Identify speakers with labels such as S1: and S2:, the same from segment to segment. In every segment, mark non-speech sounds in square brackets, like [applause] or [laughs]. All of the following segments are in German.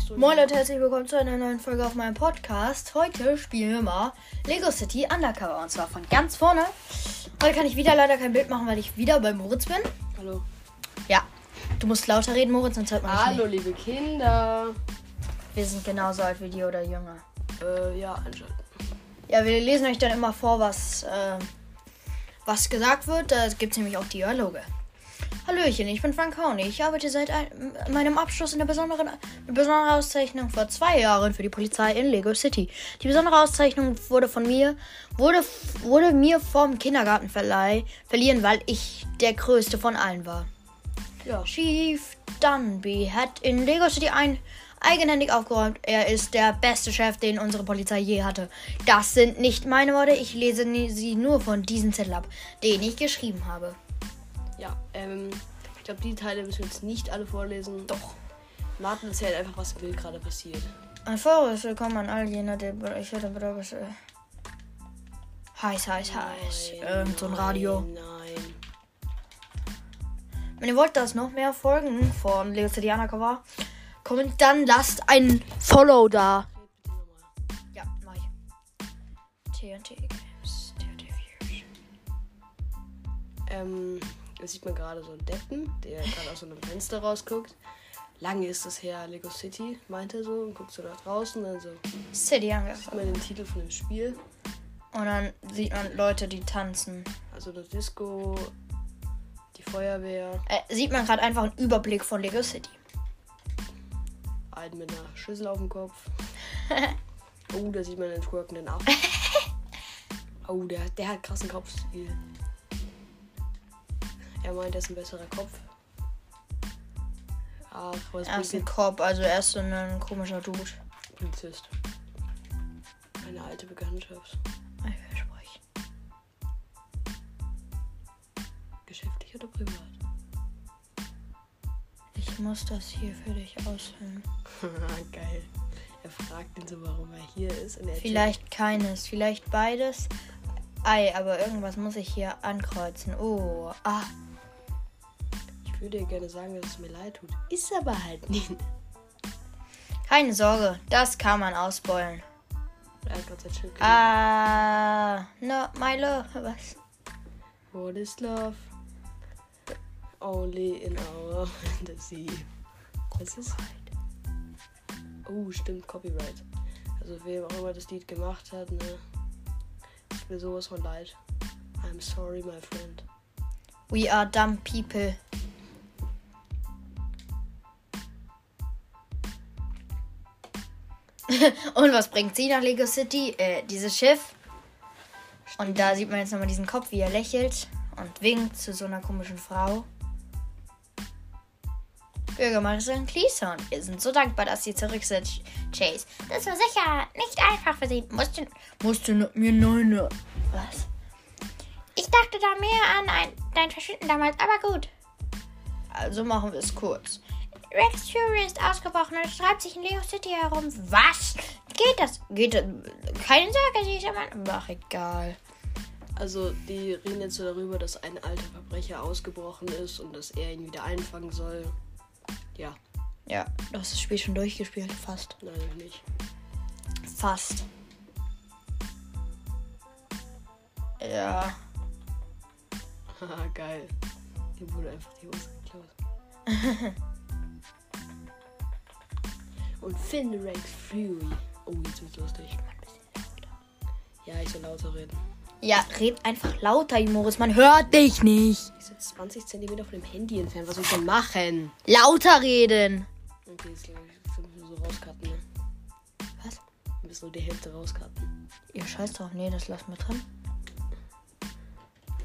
S1: Studio.
S2: Moin Leute, herzlich willkommen zu einer neuen Folge auf meinem Podcast. Heute spielen wir mal Lego City Undercover und zwar von ganz vorne. Heute kann ich wieder leider kein Bild machen, weil ich wieder bei Moritz bin.
S1: Hallo.
S2: Ja, du musst lauter reden, Moritz, sonst hört man dich
S1: Hallo, liebe Kinder.
S2: nicht. Wir sind genauso alt wie dir oder jünger.
S1: Äh, ja, anscheinend.
S2: Ja, wir lesen euch dann immer vor, was, äh, was gesagt wird. Da gibt es nämlich auch Dialoge. Hallöchen, ich bin Frank Hornig. Ich arbeite seit ein, meinem Abschluss in der besonderen mit besonderer Auszeichnung vor zwei Jahren für die Polizei in Lego City. Die besondere Auszeichnung wurde von mir wurde, wurde mir vom Kindergartenverleih verliehen, weil ich der größte von allen war.
S1: Ja.
S2: Chief Dunby hat in Lego City ein eigenhändig aufgeräumt. Er ist der beste Chef, den unsere Polizei je hatte. Das sind nicht meine Worte. Ich lese ni- sie nur von diesem Zettel ab, den ich geschrieben habe.
S1: Ja, ähm, ich glaube, die Teile müssen wir jetzt nicht alle vorlesen.
S2: Doch.
S1: Martin erzählt einfach, was im Bild gerade passiert.
S2: Ein frohes Willkommen an all jene, die ich hätte bedeutet. Heiß, heiß, heiß.
S1: äh,
S2: Irgend so ein Radio.
S1: Nein.
S2: Wenn ihr wollt, dass noch mehr Folgen von Leo City Undercover kommen, dann lasst ein Follow da. Ja, mach ich. TNT Games, TNT Views.
S1: Ähm, da sieht man gerade so einen Deppen, der gerade aus so einem Fenster rausguckt. Lange ist es her, Lego City, meint er so, und guckt so nach draußen, dann so
S2: City
S1: sieht
S2: Undercover.
S1: man den Titel von dem Spiel.
S2: Und dann sieht man Leute, die tanzen.
S1: Also das Disco, die Feuerwehr,
S2: Äh, sieht man gerade einfach einen Überblick von Lego City.
S1: einen mit einer Schüssel auf dem [laughs] Kopf. Oh, da sieht man den twerkenden [laughs] Affen. Oh, der, der hat krassen Kopfstil. Er meint, er ist ein besserer Kopf. Ach, was
S2: Er
S1: bringt
S2: ist ein
S1: den
S2: Korb, also er ist so ein komischer Dude.
S1: Polizist? Eine alte Bekanntschaft.
S2: Ich sprich.
S1: Geschäftlich oder privat?
S2: Ich muss das hier für dich aushöhlen.
S1: [laughs] Geil. Er fragt ihn so, warum er hier ist. Und er erzählt-
S2: Vielleicht keines, vielleicht beides. Ei, aber irgendwas muss ich hier ankreuzen. Oh, ah.
S1: Ich würde ihr gerne sagen, dass es mir leid tut. Ist aber halt nicht.
S2: Keine Sorge, das kann man ausbeulen.
S1: Er hat gerade sein Schild gelegt.
S2: Ah, no, my love. Was?
S1: What is love? Only in our [laughs] fantasy. Das ist. Oh, stimmt, Copyright. Also, wem auch immer das Lied gemacht hat, ne? Ist mir sowas von leid. I'm sorry, my friend.
S2: We are dumb people. [laughs] Und was bringt sie nach Lego City? Äh, dieses Schiff. Und da sieht man jetzt nochmal diesen Kopf, wie er lächelt und winkt zu so einer komischen Frau. Bürgermeisterin Cleason, wir sind so dankbar, dass Sie zurück sind, Chase.
S3: Das war sicher nicht einfach für sie. Mussten,
S2: Musst du mir neune. Was?
S3: ich dachte da mehr an ein, dein Verschwinden damals, aber gut.
S2: Also machen wir es kurz.
S3: Rex Fury ist ausgebrochen und schreibt sich in Lego City herum. Was?
S2: Geht das? Geht das? Keine Sorge, sie ist immer. Ach, egal.
S1: Also, die reden jetzt so darüber, dass ein alter Verbrecher ausgebrochen ist und dass er ihn wieder einfangen soll. Ja,
S2: Ja, du hast das Spiel schon durchgespielt. Fast.
S1: nein, noch nicht.
S2: Fast. Ja.
S1: Haha, Ah, geil. Ihm wurde einfach die Hose geklaut. [laughs] Und finde Rex Fury. Oh, jetzt wird's lustig. Ja, ich soll lauter reden.
S2: Ja, red einfach lauter, Moritz. Man hört dich nicht.
S1: Ich sitze 20 cm von dem Handy entfernt. Was soll ich denn machen?
S2: Lauter reden.
S1: Okay, jetzt glaube ich, wir müssen so rauscutten, ne?
S2: Was?
S1: Wir müssen nur die Hälfte rauscutten.
S2: Ihr scheiß drauf. Nee, das lassen wir drin.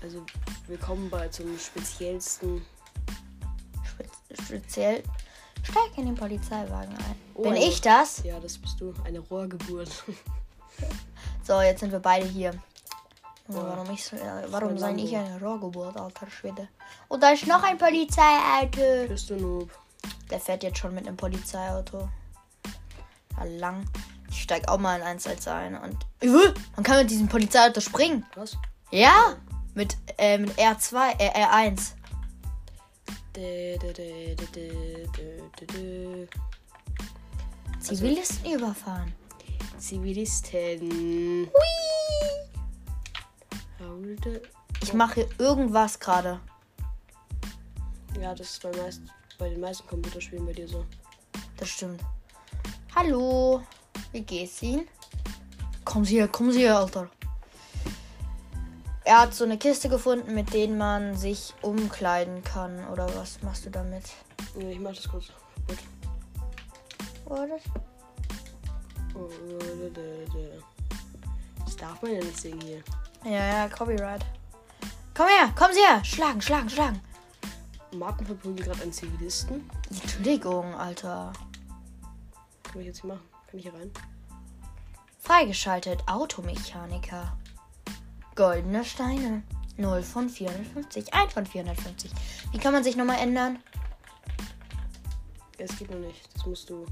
S1: Also, willkommen bei zum speziellsten.
S2: Spe speziell. Steig in den Polizeiwagen ein.
S1: Oh,
S2: Bin
S1: ja.
S2: ich das?
S1: Ja, das bist du. Eine Rohrgeburt. [laughs]
S2: So, jetzt sind wir beide hier. Junge,
S1: Oh.
S2: Warum, ich, so- äh,
S1: Voll
S2: warum sei
S1: Lambo.
S2: ich eine Rohrgeburt, alter Schwede? Und da ist noch ein Polizeiauto.
S1: bist du Noob?
S2: Der fährt jetzt schon mit einem Polizeiauto. Ja, lang. Ich steig auch mal in eins als ein und. Äh, Man kann mit diesem Polizeiauto springen.
S1: Was?
S2: Ja? Mit, äh, mit R2, äh, R1.
S1: Dä, dä, dä, dä, dä, dä, dä, dä.
S2: Also Zivilisten überfahren.
S1: Zivilisten. Hui!
S2: Ich mache irgendwas gerade.
S1: Ja, das ist bei, meist, bei den meisten Computerspielen bei dir so.
S2: Das stimmt. Hallo. Wie geht's Ihnen? Kommen Sie her, kommen Sie her, Alter. Er hat so eine Kiste gefunden, mit denen man sich umkleiden kann. Oder was machst du damit?
S1: Ja, Ich mach das kurz. Gut.
S2: Oder?
S1: Das darf man ja nicht singen hier.
S2: Ja, ja, Copyright. Komm her, kommen Sie her. Schlagen, schlagen, schlagen.
S1: Marken verprügeln gerade einen Zivilisten.
S2: Entschuldigung, Alter.
S1: Kann ich jetzt hier machen? Kann ich hier rein?
S2: Freigeschaltet Automechaniker. Goldene Steine. 0 von 450. 1 von 450. Wie kann man sich nochmal ändern?
S1: Es geht noch nicht. Das musst du.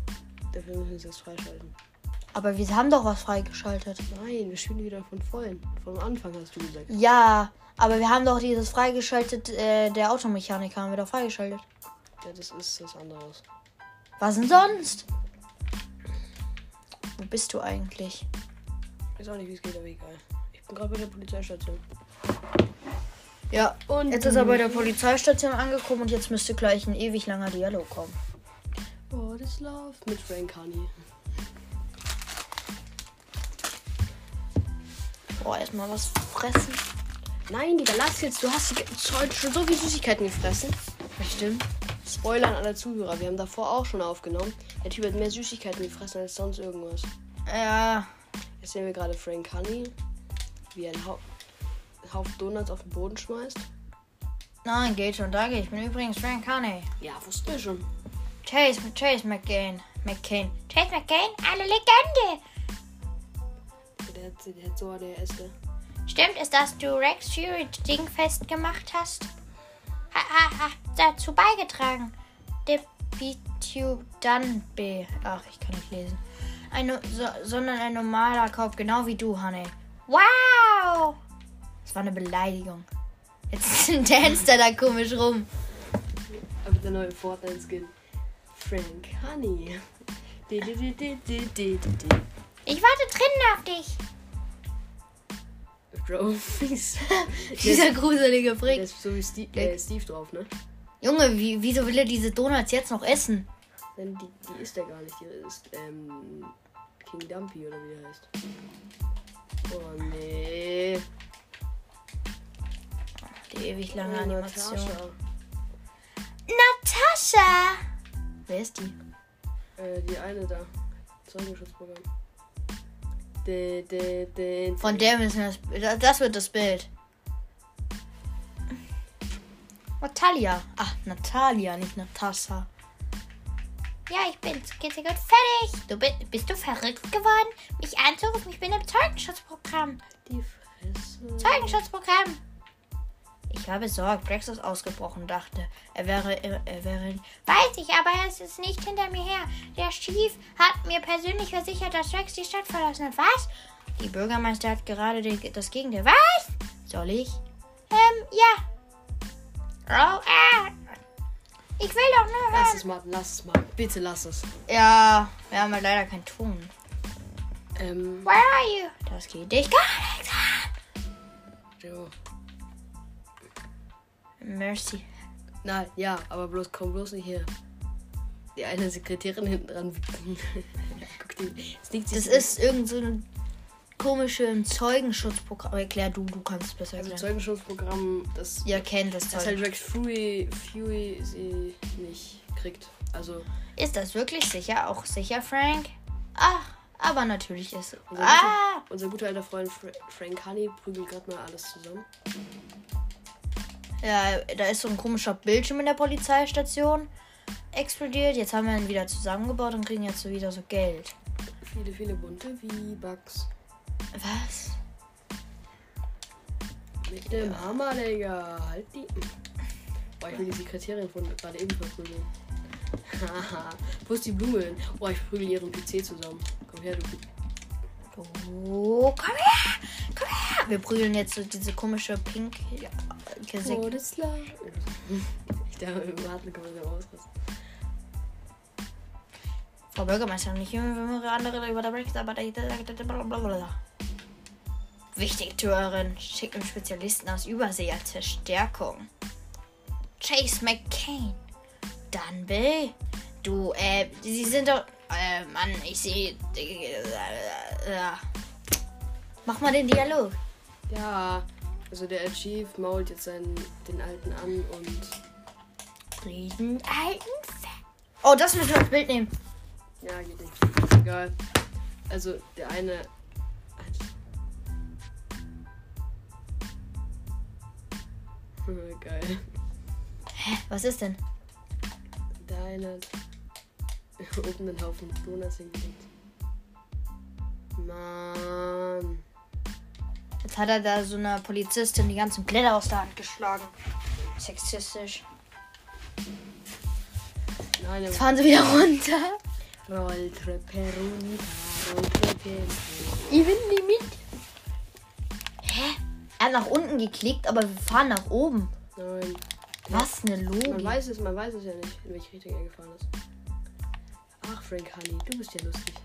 S1: Dafür müssen wir es jetzt freischalten.
S2: Aber wir haben doch was freigeschaltet.
S1: Nein, wir spielen wieder von vorhin. Vom Anfang hast du gesagt.
S2: Ja, aber wir haben doch dieses freigeschaltet, äh, der Automechaniker haben wir doch freigeschaltet.
S1: Ja, das ist was anderes.
S2: Was denn sonst? Wo bist du eigentlich?
S1: Ich weiß auch nicht, wie es geht, aber egal. Ich bin gerade bei der Polizeistation.
S2: Ja,
S1: Und
S2: jetzt ist er bei der Polizeistation angekommen und jetzt müsste gleich ein ewig langer Dialog kommen.
S1: What is Love? Mit Frank Honey.
S2: Boah, erstmal was fressen.
S1: Nein, Digga, lass jetzt. Du hast die- heute schon so viel Süßigkeiten gefressen.
S2: Bestimmt.
S1: Spoiler an alle Zuhörer. Wir haben davor auch schon aufgenommen. Der Typ hat mehr Süßigkeiten gefressen als sonst irgendwas.
S2: Ja,
S1: Jetzt sehen wir gerade Frank Honey, wie er einen Hau Haufen Donuts auf den Boden schmeißt.
S2: nein, geht schon, danke. Ich bin übrigens Frank Carney.
S1: Ja, wussten wir schon.
S2: Chase, Chase McCain. McCain.
S3: Chase McCain, eine Legende.
S1: Der hat, der hat so ADHS.
S3: Stimmt es, dass du Rex Fury dingfest gemacht hast? Ha, ha, ha, dazu beigetragen.
S2: Debitudanbe. Ach, ich kann nicht lesen. Ein, no- so, sondern ein normaler Kopf, genau wie du, Honey.
S3: Wow!
S2: Das war eine Beleidigung. Jetzt [laughs] tanzt er da komisch rum.
S1: Aber der neue Fortnite-Skin. Frank [laughs] Honey. Di, di, di, di, di, di, di, di.
S3: Ich warte drinnen auf dich.
S1: Bro, [laughs] fies.
S2: Dieser gruselige
S1: Der
S2: Frick.
S1: ist so wie Steve, äh, Steve drauf, ne?
S2: Junge, wie, wieso will er diese Donuts jetzt noch essen?
S1: Denn die, die ist er gar nicht. Die ist ähm, King Dumpy oder wie der heißt. Oh nee.
S2: Die ewig lange
S1: Oh,
S2: Animation.
S1: Natascha.
S3: Natascha!
S2: Wer ist die?
S1: Äh, die eine da. Zeugenschutzprogramm. De, de, de,
S2: Von der müssen wir das. da- Das wird das Bild. Natalia. Ach, Natalia, nicht Natascha.
S3: Ja, ich bin's. Geht's dir gut? Fertig! Du bi- bist du verrückt geworden? Mich anzurufen? Ich bin im Zeugenschutzprogramm.
S1: Die Fresse.
S3: Zeugenschutzprogramm.
S2: Ich war besorgt. Rex ist ausgebrochen, dachte. Er wäre. Er wäre.
S3: Weiß ich, aber es ist nicht hinter mir her. Der Chief hat mir persönlich versichert, dass Rex die Stadt verlassen hat. Was?
S2: Die Bürgermeister hat gerade den, das Gegenteil. Was?
S3: Was?
S2: Soll ich?
S3: Ähm, ja. Oh, ah. Ich will doch nur
S1: Lass
S3: hören.
S1: es, Martin, lass es, Martin. Bitte lass es.
S2: Ja, wir haben halt leider keinen Ton.
S1: Ähm,
S3: Where are you?
S2: Das geht dich gar nicht.
S1: Joe.
S2: Mercy.
S1: Nein, ja, aber bloß komm bloß nicht her. Die eine Sekretärin hinten dran. [laughs] Guck die. Es liegt
S2: Das ist irgend so ein komisches Zeugenschutzprogramm. Erklär du, du kannst es besser
S1: Also
S2: erklären.
S1: Zeugenschutzprogramm, das,
S2: Ihr kennt das
S1: das halt
S2: Zeug.
S1: Rex Fury, Fury sie nicht kriegt. Also,
S2: Ist das wirklich sicher? Auch sicher, Frank? Ach, Ah, aber natürlich ist es.
S1: unser,
S2: Ah!
S1: guter, unser guter alter Freund Fra Frank Honey prügelt gerade mal alles zusammen.
S2: Ja, da ist so ein komischer Bildschirm in der Polizeistation explodiert. Jetzt haben wir ihn wieder zusammengebaut und kriegen jetzt so wieder so Geld.
S1: Viele, viele bunte V-Bucks.
S2: Was?
S1: Mit dem Hammer, Digga. Halt die. Boah, ich will die Sekretärin von gerade eben verprügeln. Haha. [laughs] Wo ist die Blume hin? Boah, ich prügel ihren PC zusammen. Komm her, du.
S2: Oh, komm her! Komm her! Wir prügeln jetzt so diese komische pink. Ja, Gesicht.
S1: das [laughs] Love. Ich dachte, im Warten kann man so ausrasten.
S2: Frau Bürgermeisterin, ich informiere andere über den Brexit, aber ich- blablabla. Wichtigtuerin schickt einen Spezialisten aus Übersee als Verstärkung. Chase McCain. Dunby? Du, äh, sie sind doch. Äh, Mann, ich sehe. Äh, äh, Mach mal den Dialog.
S1: Ja, also der Chief mault jetzt seinen, den Alten an und
S3: Frieden alten Fett.
S2: Oh, das müssen wir ins Bild nehmen.
S1: Ja, geht nicht. Egal. Also der eine. [laughs] Geil.
S2: Was ist denn?
S1: Der eine hat [laughs] oben einen Haufen Donuts hingelegt. Mann.
S2: Jetzt hat er da so einer Polizistin die ganzen Blätter aus der Hand geschlagen. Sexistisch.
S1: Nein,
S2: Jetzt
S1: er
S2: fahren sie wieder [laughs] runter.
S1: Rolltreperoni. Rolltreperoni.
S2: Ich will nicht mit. Hä? Er hat nach unten geklickt, aber wir fahren nach oben.
S1: Nein.
S2: Was eine
S1: Man
S2: Logik.
S1: weiß es, man weiß es ja nicht, in welche Richtung er gefahren ist. Ach, Frank Honey, du bist ja lustig.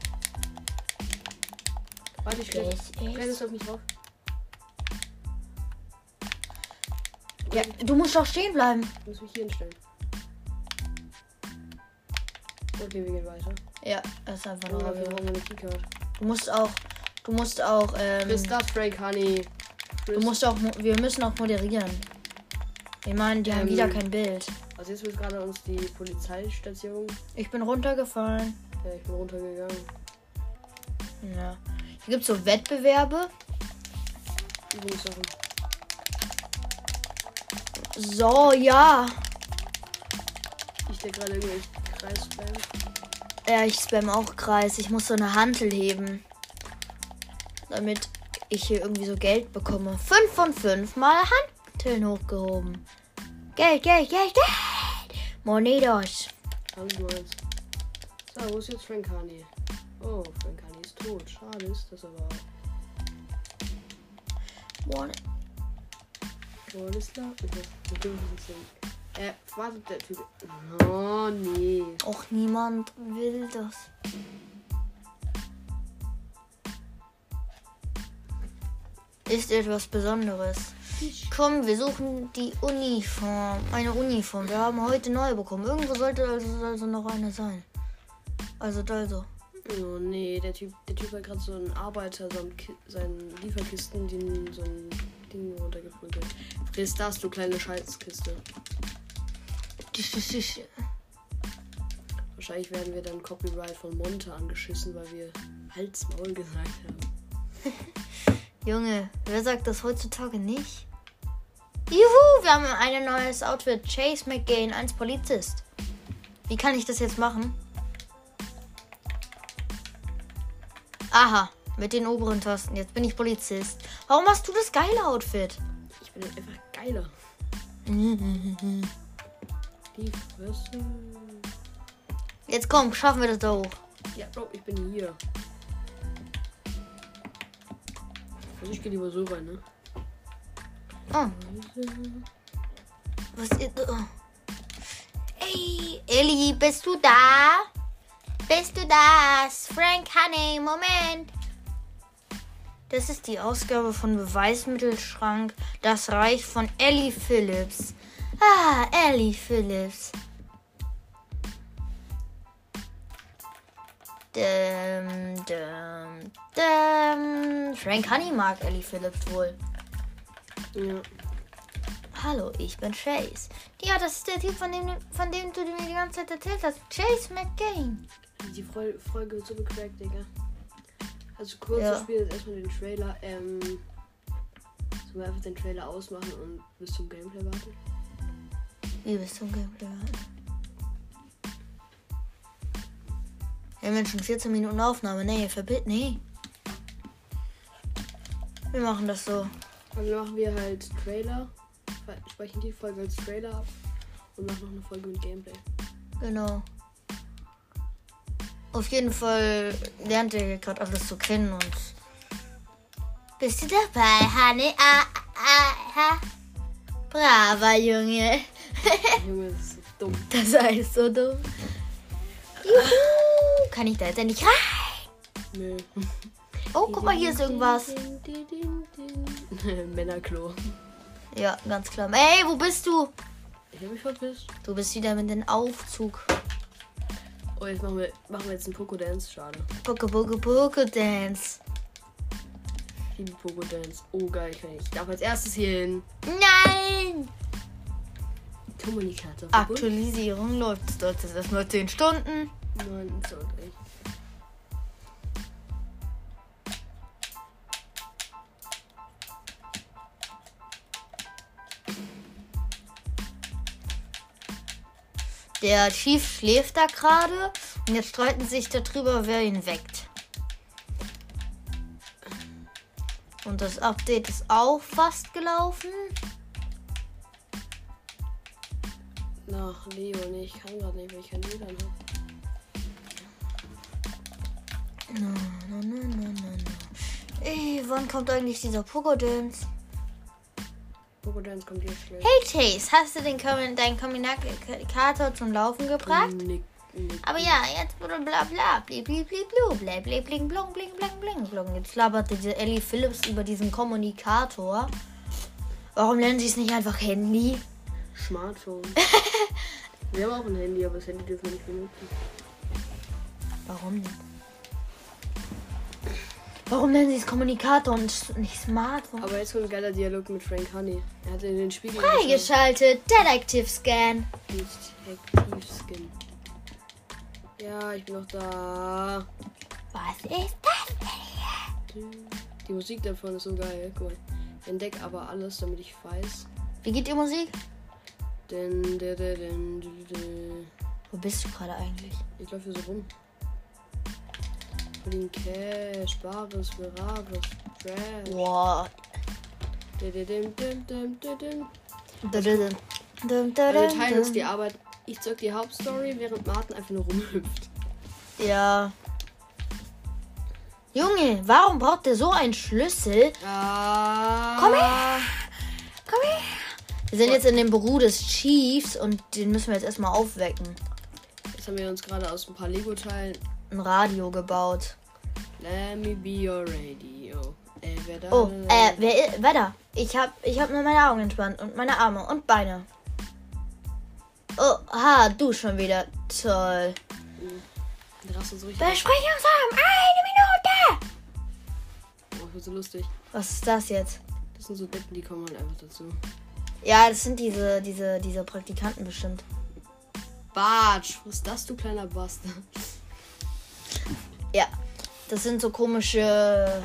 S1: Warte, ich stelle. Kleid ist auf mich drauf.
S2: Ja, du musst doch stehen bleiben.
S1: Ich muss mich hier hinstellen. Okay, wir gehen weiter.
S2: Ja, das ist einfach
S1: Oh, wir
S2: nur.
S1: brauchen eine Keycard.
S2: Du musst auch. Du musst auch. Ähm,
S1: Ist das Frank Honey?
S2: du musst auch. mo- Wir müssen auch moderieren. Wir meinen, die haben
S1: Ähm.
S2: wieder kein Bild.
S1: Also jetzt wird gerade uns die Polizeistation.
S2: Ich bin runtergefallen.
S1: Ja, ich bin runtergegangen.
S2: Ja. Hier gibt es so Wettbewerbe.
S1: Übungssachen.
S2: So, ja.
S1: Ich denke gerade irgendwie Kreis bleiben.
S2: Ja, ich spam auch Kreis. Ich muss so eine Hantel heben. Damit ich hier irgendwie so Geld bekomme. Fünf von fünf mal Hanteln hochgehoben. Geld, Geld, Geld, Geld. Monedos.
S1: Alles meins. So, wo ist jetzt Frank Honey? Oh, Frank Honey ist tot. Schade ist das aber auch.
S2: Mon-
S1: Wohl ist da? Wir dürfen nicht singen. Äh, wartet, der Typ. Oh, nee.
S2: Och, niemand will das. Ist etwas Besonderes. Komm, wir suchen die Uniform. Eine Uniform. Wir haben heute neu bekommen. Irgendwo sollte also, also noch eine sein. Also da so.
S1: Oh, nee, der Typ, der Typ hat gerade so einen Arbeiter samt Ki seinen Lieferkisten den, so ein Ding runtergeprügelt. Friss das, du kleine Scheißkiste. Wahrscheinlich werden wir dann Copyright von Monte angeschissen, weil wir Hals Maul gesagt haben.
S2: Junge, wer sagt das heutzutage nicht? Juhu, wir haben ein neues Outfit. Chase McGain, 1 Polizist. Wie kann ich das jetzt machen? Aha, mit den oberen Tasten. Jetzt bin ich Polizist. Warum hast du das geile Outfit? [laughs]
S1: Ich bin halt einfach geiler. Die Fresse.
S2: Jetzt komm, schaffen wir das da hoch.
S1: Ja, Bro, ich bin hier. Also ich gehe lieber so rein, ne?
S2: Oh, was ist. Oh.
S3: Ey, Elli, bist du da? Bist du das? Frank Honey, Moment.
S2: Das ist die Ausgabe von Beweismittelschrank Das Reich von Ellie Phillips. Ah, Ellie Phillips. Dum, dum, dum. Frank Honey mag Ellie Phillips wohl.
S1: Ja.
S2: Hallo, ich bin Chase. Ja, das ist der Typ, von dem, von dem du mir die ganze Zeit erzählt hast. Chase McGain.
S1: Die Fol- Folge wird so gequält, Digga. Also kurz,
S2: Ja.
S1: wir spielen jetzt erstmal den Trailer. Ähm, sollen wir einfach den Trailer ausmachen und bis zum Gameplay warten?
S2: Wie bist du im Gameplay? Wir haben jetzt schon 14 Minuten Aufnahme. Nee, verbitt, nee. Wir machen das so.
S1: Dann machen wir halt Trailer, fe- speichern die Folge als Trailer ab und machen noch eine Folge mit Gameplay.
S2: Genau. Auf jeden Fall lernt ihr hier gerade alles so kennen und
S3: Bist du dabei, Honey? Ah, ah, ah.
S2: braver Junge.
S1: Äh. Junge, das ist so dumm.
S2: Das ist so dumm.
S3: Juhu,
S2: Kann ich da jetzt endlich rein?
S1: Nö.
S2: Oh, guck mal, hier ist irgendwas.
S1: [laughs] Männerklo.
S2: Ja, ganz klar. Ey, wo bist du?
S1: Ich hab mich verpisst.
S2: Du bist wieder mit dem Aufzug.
S1: Oh, jetzt machen wir, machen wir jetzt einen Poco-Dance. Schade.
S2: Poke, poke, poke, dance.
S1: Ich liebe Poco-Dance. Oh, geil. Ich, kann, ich darf als erstes hier hin.
S2: Nein!
S1: Kommunikator. verbunden.
S2: Aktualisierung läuft. Das dauert jetzt erstmal 10 Stunden.
S1: Nein, so nicht.
S2: Der Chief schläft da gerade und jetzt streiten sich darüber, wer ihn weckt. Und das Update ist auch fast gelaufen.
S1: Nach Leon. Ich kann grad nicht, weil ich kein WLAN hab.
S2: Na, na, na, na, na, na. Ey, wann kommt eigentlich dieser Pogo-Dance?
S1: Poco-Dance kommt hier schlecht.
S2: Hey Chase, hast du den Kommen- deinen Kommunikator zum Laufen gebracht?
S1: Nick, Nick.
S2: Aber ja, jetzt bla bla bla, bli bli bli blu, bla bli bling blong bling bling bling blong. Jetzt labert diese Ellie Phillips über diesen Kommunikator. Warum nennen sie es nicht einfach Handy?
S1: Smartphone. wir haben auch ein Handy, aber das Handy dürfen wir nicht benutzen.
S2: Warum nicht? Warum nennen sie es Kommunikator und s- nicht Smartphone?
S1: Aber jetzt kommt ein geiler Dialog mit Frank Honey. Er hat in den Spiegel geschaut.
S2: Freigeschaltet, Detective Scan.
S1: Detective Skin. Ja, ich bin noch da.
S2: Was ist das?
S1: Die Musik davon ist so geil. Guck mal. Entdeck aber alles, damit ich weiß.
S2: Wie geht die Musik?
S1: Denn, der, der, denn, dü- dü- dü.
S2: Wo bist du gerade eigentlich?
S1: Ich laufe hier so rum. Für den Cash, Barvis, Beravis, Trash.
S2: Boah.
S1: Dü- dü- düm, düm, düm, dü- düm.
S2: Dum, dum, dum,
S1: Also Wir teilen uns die
S2: dum.
S1: Arbeit. Ich zeig die Hauptstory, während Martin einfach nur rumhüpft.
S2: Ja. Junge, warum braucht der so einen Schlüssel?
S1: Ah.
S2: Komm her! Komm her! Wir sind jetzt in dem Büro des Chiefs und den müssen wir jetzt erstmal aufwecken.
S1: Jetzt haben wir uns gerade aus ein paar Lego-Teilen.
S2: Ein Radio gebaut.
S1: Let me be your radio. Ey, wer da?
S2: Oh, äh, wer, i- wer da? Ich hab, ich hab nur meine Augen entspannt und meine Arme und Beine. Oh, ha, du schon wieder. Toll.
S1: Die rasten so richtig.
S2: Besprechungsraum, eine Minute!
S1: Oh, ich bin so lustig.
S2: Was ist das jetzt?
S1: Das sind so Deppen, die kommen halt einfach dazu.
S2: Ja, das sind diese, diese, diese Praktikanten bestimmt.
S1: Bartsch, was ist das, du kleiner Bastard?
S2: Ja, das sind so komische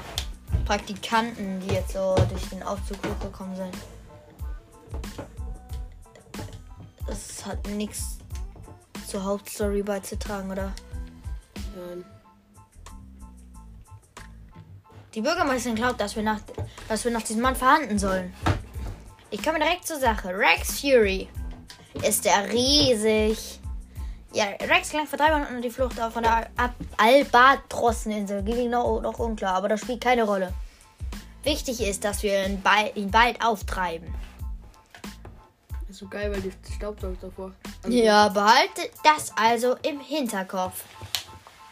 S2: Praktikanten, die jetzt so durch den Aufzug hochgekommen sind. Das hat nichts zur Hauptstory beizutragen, oder?
S1: Nein.
S2: Die Bürgermeisterin glaubt, dass wir nach, dass wir nach diesem Mann verhandeln sollen. Ich komme direkt zur Sache. Rex Fury. Ist er riesig? Ja, Rex gelang vor drei Monaten die Flucht auf von der Ab- Albatrosseninsel. Genau noch unklar, aber das spielt keine Rolle. Wichtig ist, dass wir ihn, bald- ihn bald auftreiben.
S1: Ist so geil, weil die Staubsaugt davor. Also,
S2: Ja, behaltet das also im Hinterkopf.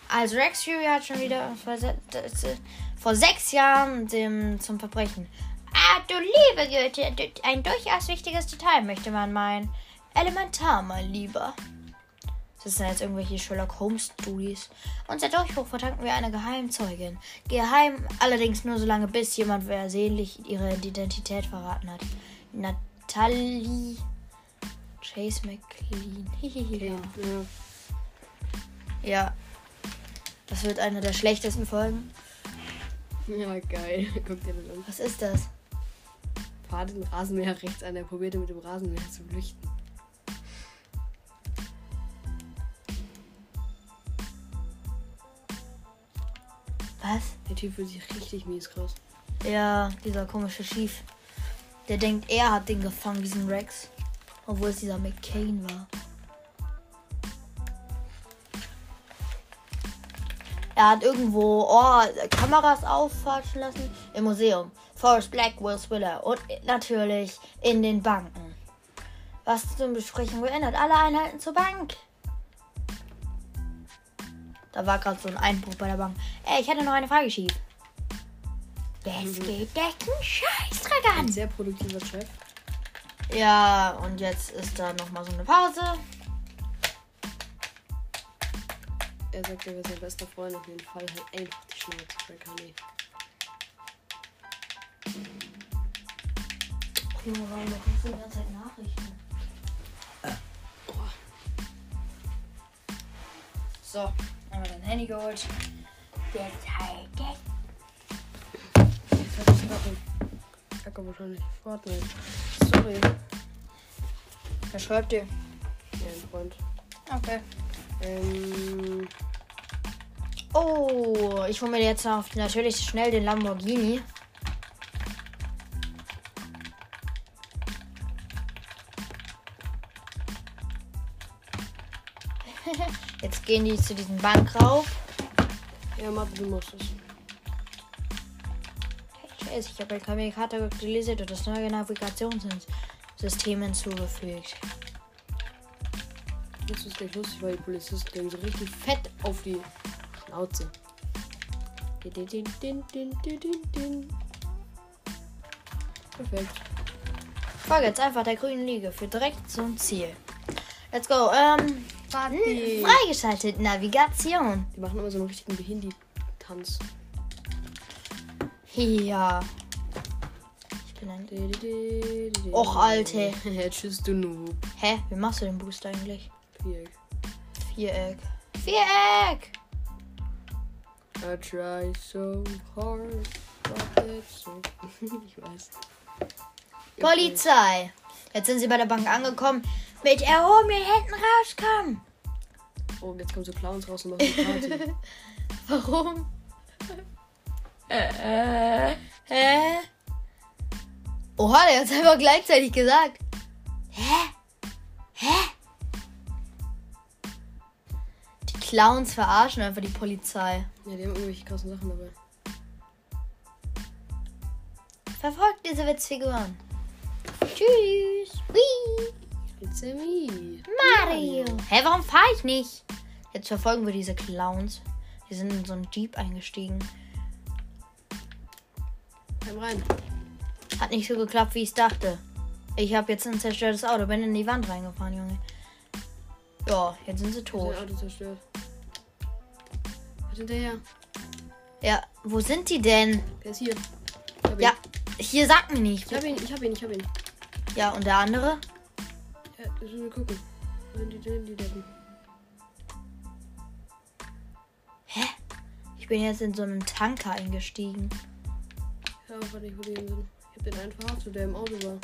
S2: Also Rex Fury hat schon wieder vor, se äh, vor sechs Jahren dem, zum Verbrechen. Ah, du liebe Goethe, du- ein durchaus wichtiges Detail möchte man meinen. Elementar, mein Lieber. Das sind jetzt irgendwelche Sherlock Holmes Stories. Unser Durchbruch verdanken wir einer Geheimzeugin. Geheim allerdings nur so lange, bis jemand versehentlich ihre Identität verraten hat. Natalie Chase McLean. [laughs]
S1: Okay.
S2: Hihihi.
S1: Ja.
S2: Ja. Das wird eine der schlechtesten Folgen.
S1: ja, geil. [laughs] Guck dir das an.
S2: Was ist das?
S1: Fahrt den Rasenmäher rechts an. Er probierte mit dem Rasenmäher zu flüchten.
S2: Was?
S1: Der Typ fühlt sich richtig mies krass.
S2: Ja, dieser komische Schief. Der denkt, er hat den gefangen, diesen Rex. Obwohl es dieser McCain war. Er hat irgendwo oh, Kameras auffatschen lassen. Im Museum. Forrest Black, Will Swiller. Und natürlich in den Banken. Was zur Besprechung geändert. Alle Einheiten zur Bank. Da war gerade so ein Einbruch bei der Bank. Ey, ich hatte noch eine Frage schief.
S3: Das geht echt einen Scheißdreck
S1: Ein
S3: an.
S1: sehr produktiver Chef.
S2: Ja, und jetzt ist da nochmal so eine Pause.
S1: Er sagt, er wäre sein bester Freund auf jeden Fall halt einfach die Schnauze, Crack Honey.
S2: Junge, warum kriegst du die ganze Zeit Nachrichten? So, einmal dein Handy geholt.
S3: Jetzt halt echt.
S1: Jetzt hat er Kacke. Kacke wahrscheinlich. Fortnite. Sorry.
S2: Wer schreibt dir?
S1: Ja, ein Freund.
S2: Okay.
S1: Ähm.
S2: Oh, ich hole mir jetzt auf, natürlich schnell den Lamborghini. [laughs] Jetzt gehen die zu diesem Bank rauf.
S1: Ja, Mathe, du machst es.
S2: Scheiße, ich habe den Kommunikator gelesen und das neue Navigationssystem hinzugefügt.
S1: Jetzt ist gleich lustig, weil die Polizisten gehen so richtig fett auf die Schnauze. Din, din, din, din, din, din, din. Perfekt.
S2: Folge jetzt einfach der grünen Liege für direkt zum Ziel. Let's go. Ähm,
S1: Party.
S2: n- freigeschaltet Navigation.
S1: Die machen immer so einen richtigen Behindi-Tanz.
S2: Ja. Ich bin ein.
S1: Di, di, di, di, di.
S2: Och,
S1: [laughs]
S2: Alte.
S1: Tschüss, du Noob.
S2: Hä? Wie machst du den Boost eigentlich?
S1: Pirk.
S2: Viereck. Viereck!
S1: I try so hard, but it's so... [laughs] ich weiß.
S2: Polizei. Jetzt sind sie bei der Bank angekommen. Mit erhobenen Händen rauskommen.
S1: Oh, jetzt kommen so Clowns raus und machen
S2: [laughs]
S1: Party.
S2: Warum? Äh, hä? Oha, der hat's einfach gleichzeitig gesagt. Hä? Hä? Die Clowns verarschen einfach die Polizei.
S1: ja, die haben irgendwelche krassen Sachen dabei.
S2: Verfolgt diese Witzfiguren. Tschüss. Whee.
S1: It's a me.
S2: Mario. Hä, warum fahre ich nicht? Jetzt verfolgen wir diese Clowns. Die sind in so einen Jeep eingestiegen.
S1: Komm rein.
S2: Hat nicht so geklappt, wie ich dachte. Ich habe jetzt ein zerstörtes Auto, bin in die Wand reingefahren, Junge. Ja, jetzt sind sie tot.
S1: Sein Auto zerstört. Was hinterher?
S2: Ja, wo sind die denn?
S1: Der ist hier. Ich hab ihn.
S2: Ja, hier sagt mir nicht.
S1: Ich hab ihn, ich hab ihn, ich hab ihn.
S2: Ja, und der andere?
S1: Ja, müssen wir gucken. Wo sind die denn, die Deppen?
S2: Ich bin jetzt in so einen Tanker eingestiegen.
S1: Ja, warte, ich wo die hin sind. Ich hab den einen verhaftet, der im Auto war.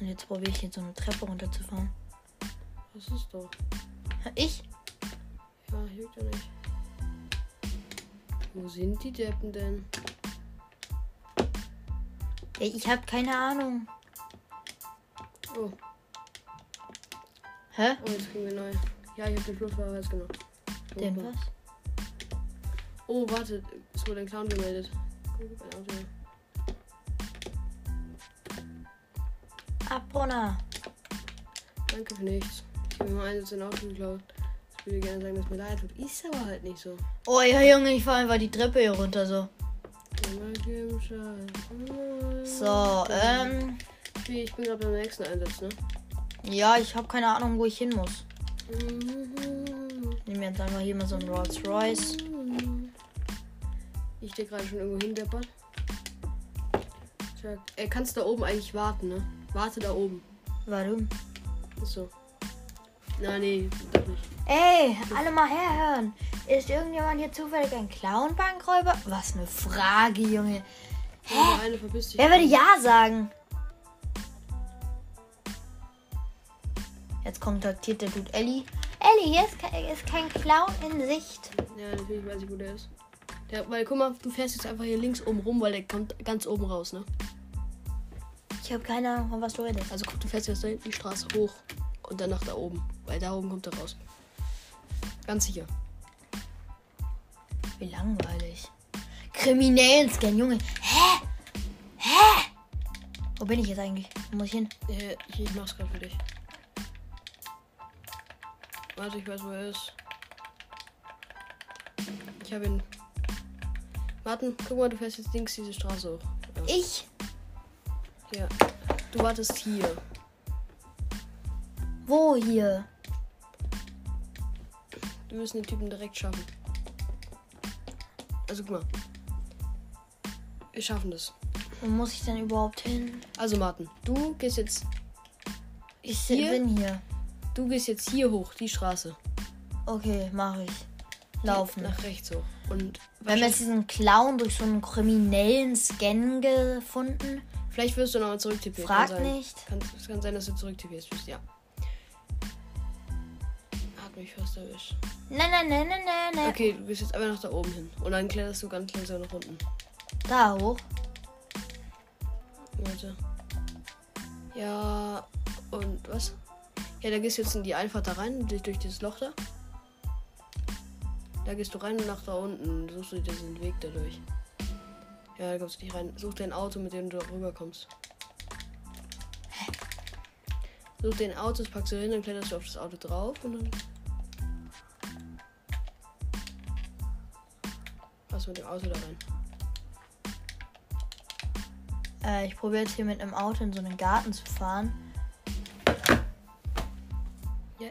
S2: Und jetzt probiere ich hier so eine Treppe runterzufahren.
S1: Was ist doch?
S2: Ich?
S1: Ja, juckt ja nicht. Wo sind die Deppen denn?
S2: Ja, Ich habe keine Ahnung.
S1: Oh,
S2: Hä?
S1: oh, jetzt kriegen wir neu. Ja, ich hab den Fluchtfahrer jetzt genommen.
S2: Den
S1: Opa.
S2: was?
S1: Oh, warte, es wurde ein Clown gemeldet. Guck, ein Auto.
S2: Abrona.
S1: Danke für nichts. Ich habe mir mal eins in den Auto geklaut. Ich würde gerne sagen, dass mir leid tut. Ist aber halt nicht so.
S2: Oh ja, Junge, ich fahre einfach die Treppe hier runter so.
S1: Immer geben Scheiß.
S2: So, ähm.
S1: Wie, Ich bin gerade beim nächsten Einsatz, ne?
S2: Ja, ich habe keine Ahnung, wo ich hin muss. Nehmen wir jetzt einfach hier mal so einen Rolls Royce.
S1: Ich stehe gerade schon irgendwo hindeppert. Check. Ey, kannst da oben eigentlich warten, ne? Warte da oben.
S2: Warum?
S1: Ist so. Na, nee, doch nicht.
S2: Ey, alle mal herhören. Ist irgendjemand hier zufällig ein Clown-Bankräuber? Was eine Frage, Junge.
S1: Nur eine verpisst dich.
S2: Wer würde Ja sagen? Jetzt kontaktiert der Dude Ellie.
S3: Ellie, hier ist, ke- ist kein Clown in Sicht.
S1: Ja, natürlich weiß ich, wo der ist. Der, weil, guck mal, du fährst jetzt einfach hier links oben rum, weil der kommt ganz oben raus, ne?
S2: Ich habe keine Ahnung, von was du redest.
S1: Also guck, du fährst jetzt da hinten die Straße hoch und danach da oben. Weil da oben kommt er raus. Ganz sicher.
S2: Wie langweilig. Kriminellen scan, Junge. Hä? Hä? Wo bin ich jetzt eigentlich? Wo muss ich hin?
S1: Äh, ich, ich mach's gerade für dich. Warte, ich weiß, wo er ist. Ich habe ihn. Martin, guck mal, du fährst jetzt links diese Straße hoch.
S2: Ich?
S1: Ja. Du wartest hier.
S2: Wo hier?
S1: Wir müssen den Typen direkt schaffen. Also guck mal. Wir schaffen das.
S2: Wo muss ich denn überhaupt hin?
S1: Also Martin, du gehst jetzt.
S2: Ich
S1: Hier?
S2: bin hier.
S1: Du gehst jetzt hier hoch, die Straße.
S2: Okay, mache ich. Laufen.
S1: Nach rechts hoch. Und
S2: Wir haben jetzt diesen Clown durch so einen kriminellen Scan gefunden.
S1: vielleicht wirst du nochmal zurücktippen.
S2: Frag
S1: kann sein.
S2: nicht.
S1: Kann, es kann sein, dass du zurücktippierst bist, ja. Hat mich fast erwischt.
S2: Nein, nein, nein, nein, nein, nein.
S1: Okay, du gehst jetzt einfach nach da oben hin. Und dann kletterst du ganz langsam nach unten.
S2: Da hoch.
S1: Warte. Ja, und was? Ja, da gehst du jetzt in die Einfahrt da rein, durch, durch dieses Loch da. Da gehst du rein und nach da unten suchst du dir diesen Weg dadurch. Ja, da kommst du nicht rein. Such dir ein Auto, mit dem du da rüberkommst. Such den Auto, das packst du hin, dann kletterst du auf das Auto drauf und dann. Was mit dem Auto da rein?
S2: Äh, ich probiere jetzt hier mit einem Auto in so einen Garten zu fahren.
S1: Ja.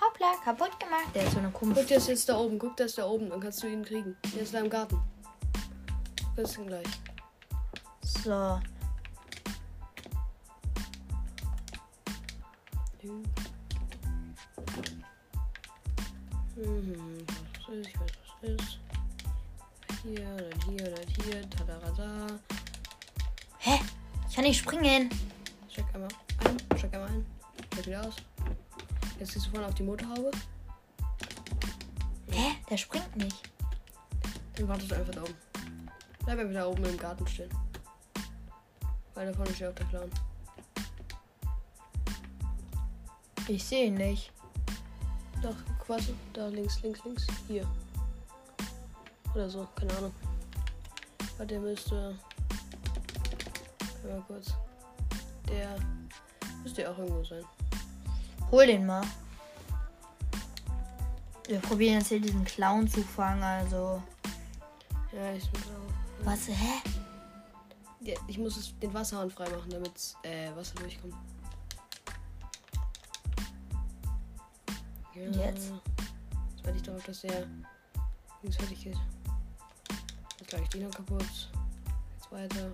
S3: Hoppla, kaputt gemacht.
S2: Der ist so eine komische.
S1: Guck, der ist jetzt da oben. Guck, der ist da oben. Dann kannst du ihn kriegen. Der ist da im Garten. Du kriegst ihn gleich.
S2: So.
S1: Mhm, was ist? Ich weiß, was ist. Hier, dann hier, dann hier. Tadarada.
S2: Hä? Ich kann nicht springen.
S1: Check einmal ein. Check einmal ein. Check wieder aus. Jetzt gehst du vorne auf die Motorhaube.
S2: Hä? Der springt nicht.
S1: Dann wartest du einfach da oben. Bleib einfach da oben im Garten stehen. Weil da vorne steht auch der Clown.
S2: Ich sehe ihn nicht.
S1: Doch, quasi. Da links, links, links. Hier. Oder so, keine Ahnung. Aber der müsste. Warte Mal kurz. Der müsste ja auch irgendwo sein.
S2: Hol den mal. Wir probieren jetzt hier diesen Clown zu fangen, also.
S1: Ja, ich bin drauf.
S2: Was? Hä?
S1: Ja, ich muss es, den Wasserhahn freimachen, damit äh, Wasser durchkommt. Ja.
S2: Und jetzt?
S1: Jetzt warte ich darauf, dass der links fertig geht. Jetzt gleich die noch kaputt. Jetzt weiter.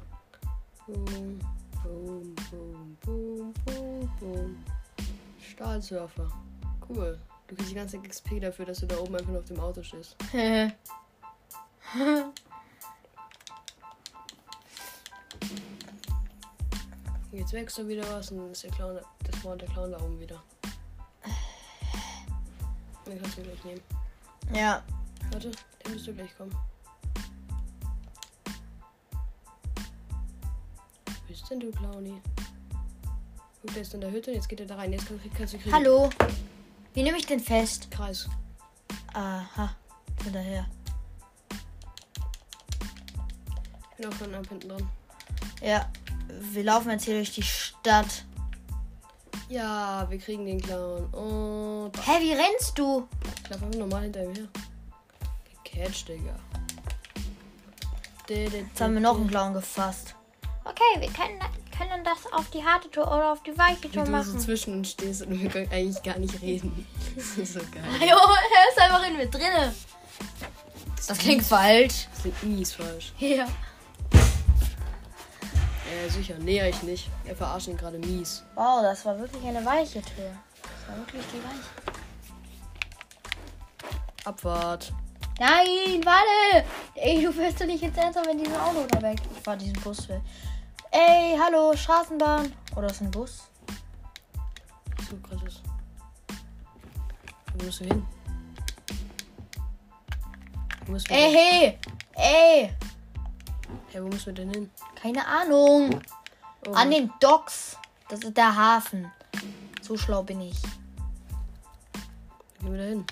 S1: Boom, boom, boom, boom, boom, boom. Stahlsurfer. Cool. Du kriegst die ganze XP dafür, dass du da oben einfach nur auf dem Auto stehst. Jetzt wächst du wieder was und dann ist der Clown, das war der Clown da oben wieder. Den kannst du gleich nehmen.
S2: [laughs] ja.
S1: Warte, der müsste gleich kommen. Wo bist denn du, Clowny? Guck, der ist in der Hütte, jetzt geht er da rein. Jetzt kannst, kannst du kriegen.
S2: Hallo. Wie nehme ich den fest?
S1: Kreis.
S2: Aha. Hinterher.
S1: Ich bin auch schon am Genau, hinten dran.
S2: Ja. Wir laufen jetzt hier durch die Stadt.
S1: Ja, wir kriegen den Clown. Und.
S2: Hä, wie rennst du?
S1: Ich glaube, einfach normal hinter ihm her. Gecatcht, Digga. Jetzt
S2: Jetzt haben wir noch einen Clown gefasst.
S3: Okay, wir können, können das auf die harte Tour oder auf die weiche
S1: Wie
S3: Tour
S1: du so
S3: machen.
S1: zwischen uns stehst und wir können eigentlich gar nicht reden. [laughs] Das ist so geil.
S2: [laughs] Jo, er ist einfach in mir drinne. Das klingt
S3: [laughs]
S2: falsch.
S1: Das klingt mies falsch.
S2: Ja.
S1: Äh, sicher. Näher ich nicht. Er verarscht ihn gerade mies.
S2: Wow, das war wirklich eine weiche Tür. Das war wirklich die weiche.
S1: Abfahrt.
S2: Nein, warte! Ey, du wirst doch nicht jetzt ernsthaft, wenn dieses Auto da weg. Ich fahr diesen Bus will. Ey, hallo, Straßenbahn. Oder ist ein Bus?
S1: So krass ist. Wo musst du hin? Wo müssen wir,
S2: Ey, hey! Ey!
S1: hey, wo müssen wir denn hin?
S2: Keine Ahnung.
S1: Oh.
S2: An den Docks. Das ist der Hafen. So schlau bin ich.
S1: Gehen wir da hin.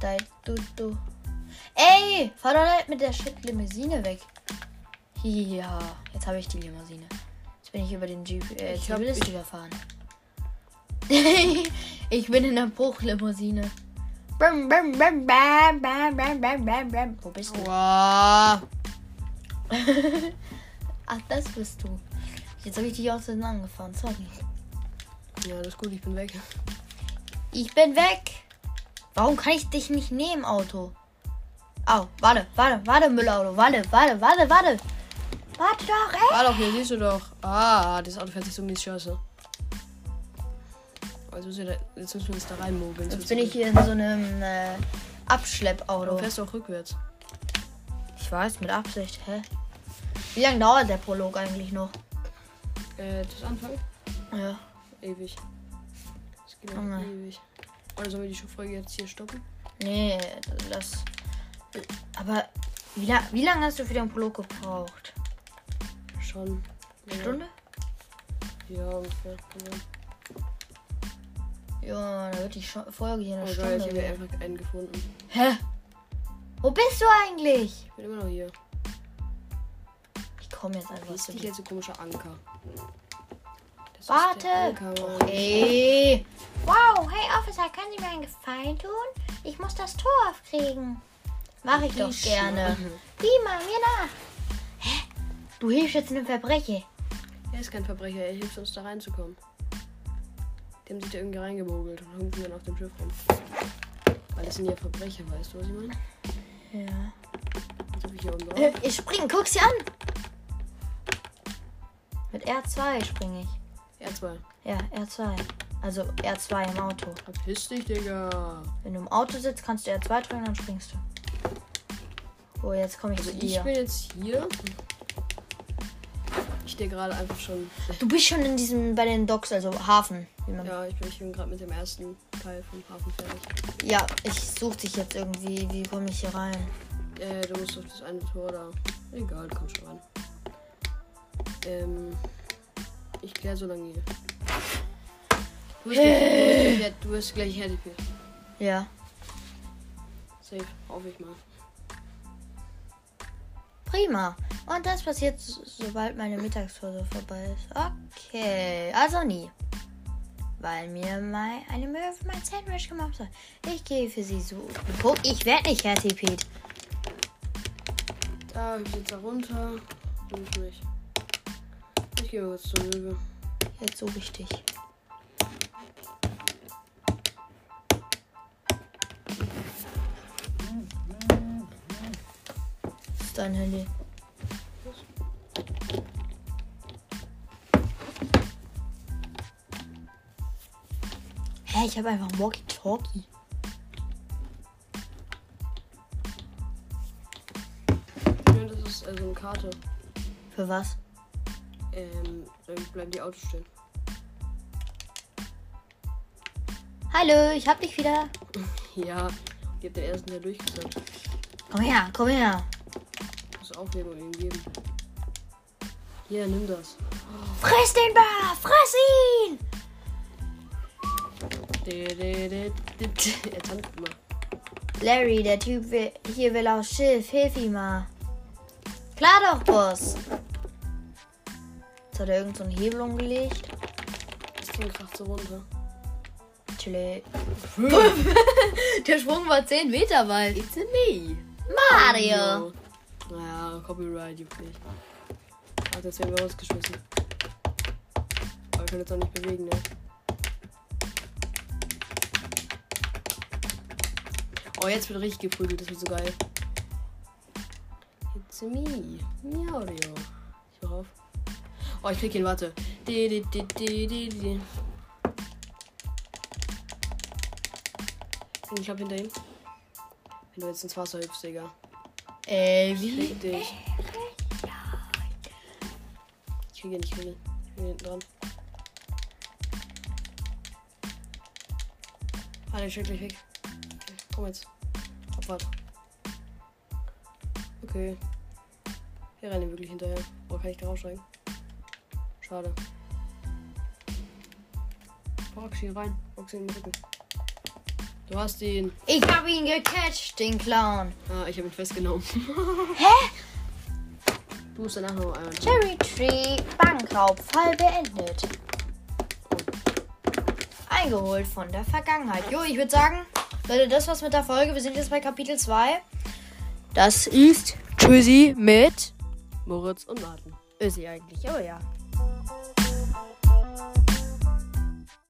S2: Da, du, du. Ey, fahr doch nicht mit der Shit-Limousine weg. Ja, jetzt habe ich die Limousine. Jetzt bin ich über den Jeep, äh,
S1: Ich hab-
S2: Zivilist
S1: ich-
S2: überfahren. [laughs] ich bin in der Bruchlimousine. Bam, bam, bam, bam, bam, bam, bam, bam, bam. Wo bist du?
S1: Oh. Wow.
S2: Ach, das bist du. Jetzt habe ich dich aus den Namen gefahren, sorry.
S1: Ja, das ist gut, ich bin weg.
S2: Ich bin weg. Warum kann ich dich nicht nehmen, Auto? Au, warte, warte, warte, Müllauto. Warte, warte, warte, warte. Warte doch, ey.
S1: War doch hier, siehst du doch. Ah, das Auto fährt sich so mies scheiße. Also müssen wir da, jetzt müssen wir uns da reinmogeln.
S2: Jetzt bin ich hier in so einem äh,
S1: Du
S2: Abschleppauto.
S1: fährst auch rückwärts.
S2: Ich weiß, mit Absicht, hä? Wie lange dauert der Prolog eigentlich noch?
S1: Äh, das Anfang?
S2: Ja.
S1: Ewig. Das geht auch
S2: Oh nein.
S1: ewig. Oder sollen wir die Schuhfolge jetzt hier stoppen?
S2: Nee, das. Aber wie, la wie lange hast du für den Prolog gebraucht?
S1: Schon.
S2: Eine Stunde?
S1: Ja, ungefähr. Genau.
S2: Ja, da wird die Scho- Folge hier eine
S1: Oh geil, ich
S2: Stunde.
S1: habe
S2: werden.
S1: einfach einen gefunden.
S2: Hä? Wo bist du eigentlich?
S1: Ich bin immer noch hier.
S2: Ich komme jetzt einfach
S1: Was
S2: zu
S1: ist
S2: dir.
S1: jetzt so komischer Anker? Das ist der
S3: Warte.
S1: Anker, Mann.
S2: Ey,
S3: Wow, hey Officer, können Sie mir einen Gefallen tun? Ich muss das Tor aufkriegen.
S2: mach ich doch gerne.
S3: Wie mal mir nach.
S2: Du hilfst jetzt einem Verbrecher.
S1: [laughs] Er ist kein Verbrecher, er hilft uns da reinzukommen. Die haben sich da irgendwie reingemogelt und humpeln dann auf dem Schiff rum. Weil das sind ja Verbrecher, weißt du, was ich meine?
S2: Ja.
S1: Jetzt hab ich hier oben
S2: Äh, [laughs]
S1: drauf.
S2: Ich spring, guck sie an. Mit R2 springe ich.
S1: R2.
S2: Ja, R2. Also R2 im Auto.
S1: Verpiss dich, Digga.
S2: Wenn du im Auto sitzt, kannst du R2 drücken, dann springst du. Oh, jetzt komme ich
S1: Also
S2: zu
S1: ich
S2: dir.
S1: bin jetzt hier. Ich stehe gerade einfach schon.
S2: Du bist schon in diesem, bei den Docks, also Hafen. Wie man, ja.
S1: Ja, ich bin, ich bin gerade mit dem ersten Teil vom Hafen fertig.
S2: ich suche dich jetzt irgendwie. Wie komme ich hier rein?
S1: Äh, du musst auf das eine Tor da. Egal, komm schon rein. Ähm. Ich klär so lange hier. Du wirst gleich, du wirst gleich, du wirst gleich fertig hier.
S2: Ja.
S1: Safe, hoffe ich mal.
S2: Prima. Und das passiert, so- sobald meine Mittagspause vorbei ist. Okay, also nie. Weil mir mal eine Möwe mein Sandwich gemacht hat. Ich gehe für sie suchen. Guck, ich werde nicht Herr Pete.
S1: Da hüpf ich jetzt da runter. Und ich nicht. Ich gehe mal kurz zur Löwe.
S2: Jetzt suche ich dich. Das ist dein Handy. Hä, ich habe einfach Walkie Talkie.
S1: Ja, das ist also eine Karte.
S2: Für was?
S1: Ähm, dann bleiben die Autos stehen.
S2: Hallo, ich hab dich wieder.
S1: Ja, ich hab den ersten ja durchgesagt.
S2: Komm her, komm her.
S1: Muss aufnehmen und ihm geben. Hier, nimm das.
S2: Friss den Bär, friss ihn!
S1: Er tanzt immer.
S2: Larry, der Typ will, hier will aufs Schiff. Hilf ihm mal. Klar doch, Boss. Jetzt hat er irgendeinen so einen Hebel umgelegt.
S1: Das Ding kracht so runter.
S2: Natürlich. [laughs] der Sprung war 10 Meter weit.
S1: It's a me.
S2: Mario.
S1: Naja, Copyright juckt nicht. Ach, jetzt werden wir rausgeschmissen. Aber wir können uns auch nicht bewegen, ne? Oh, jetzt wird richtig geprügelt, das wird so geil. It's me, Miaurio. Ich mach auf. Oh, ich krieg ihn, warte. Di, di, di, di, di, di. Ich glaub hinter ihm. Wenn du jetzt ins Wasser hüpfst, Digga.
S2: Ey, wie?
S1: Fick dich. Ich krieg ihn, ich krieg ihn. Ich bin hinten dran. Ah, der schlägt gleich weg. Komm jetzt. Abwart. Okay. Wir rennen ihm wirklich hinterher. Oh, kann ich da raussteigen? Schade. Box ihn rein. Box ihn in den Rücken. Du hast ihn.
S2: Ich hab ihn gecatcht, den Clown.
S1: Ah, ich habe ihn festgenommen. Du musst danach noch einmal.
S3: Cherry Tree, Bankraub, Fall beendet.
S2: Eingeholt von der Vergangenheit. Jo, ich würde sagen, Leute, das war's mit der Folge. Wir sind jetzt bei Kapitel 2. Das ist Tschüssi mit
S1: Moritz und Martin.
S2: Ösi eigentlich. Oh ja.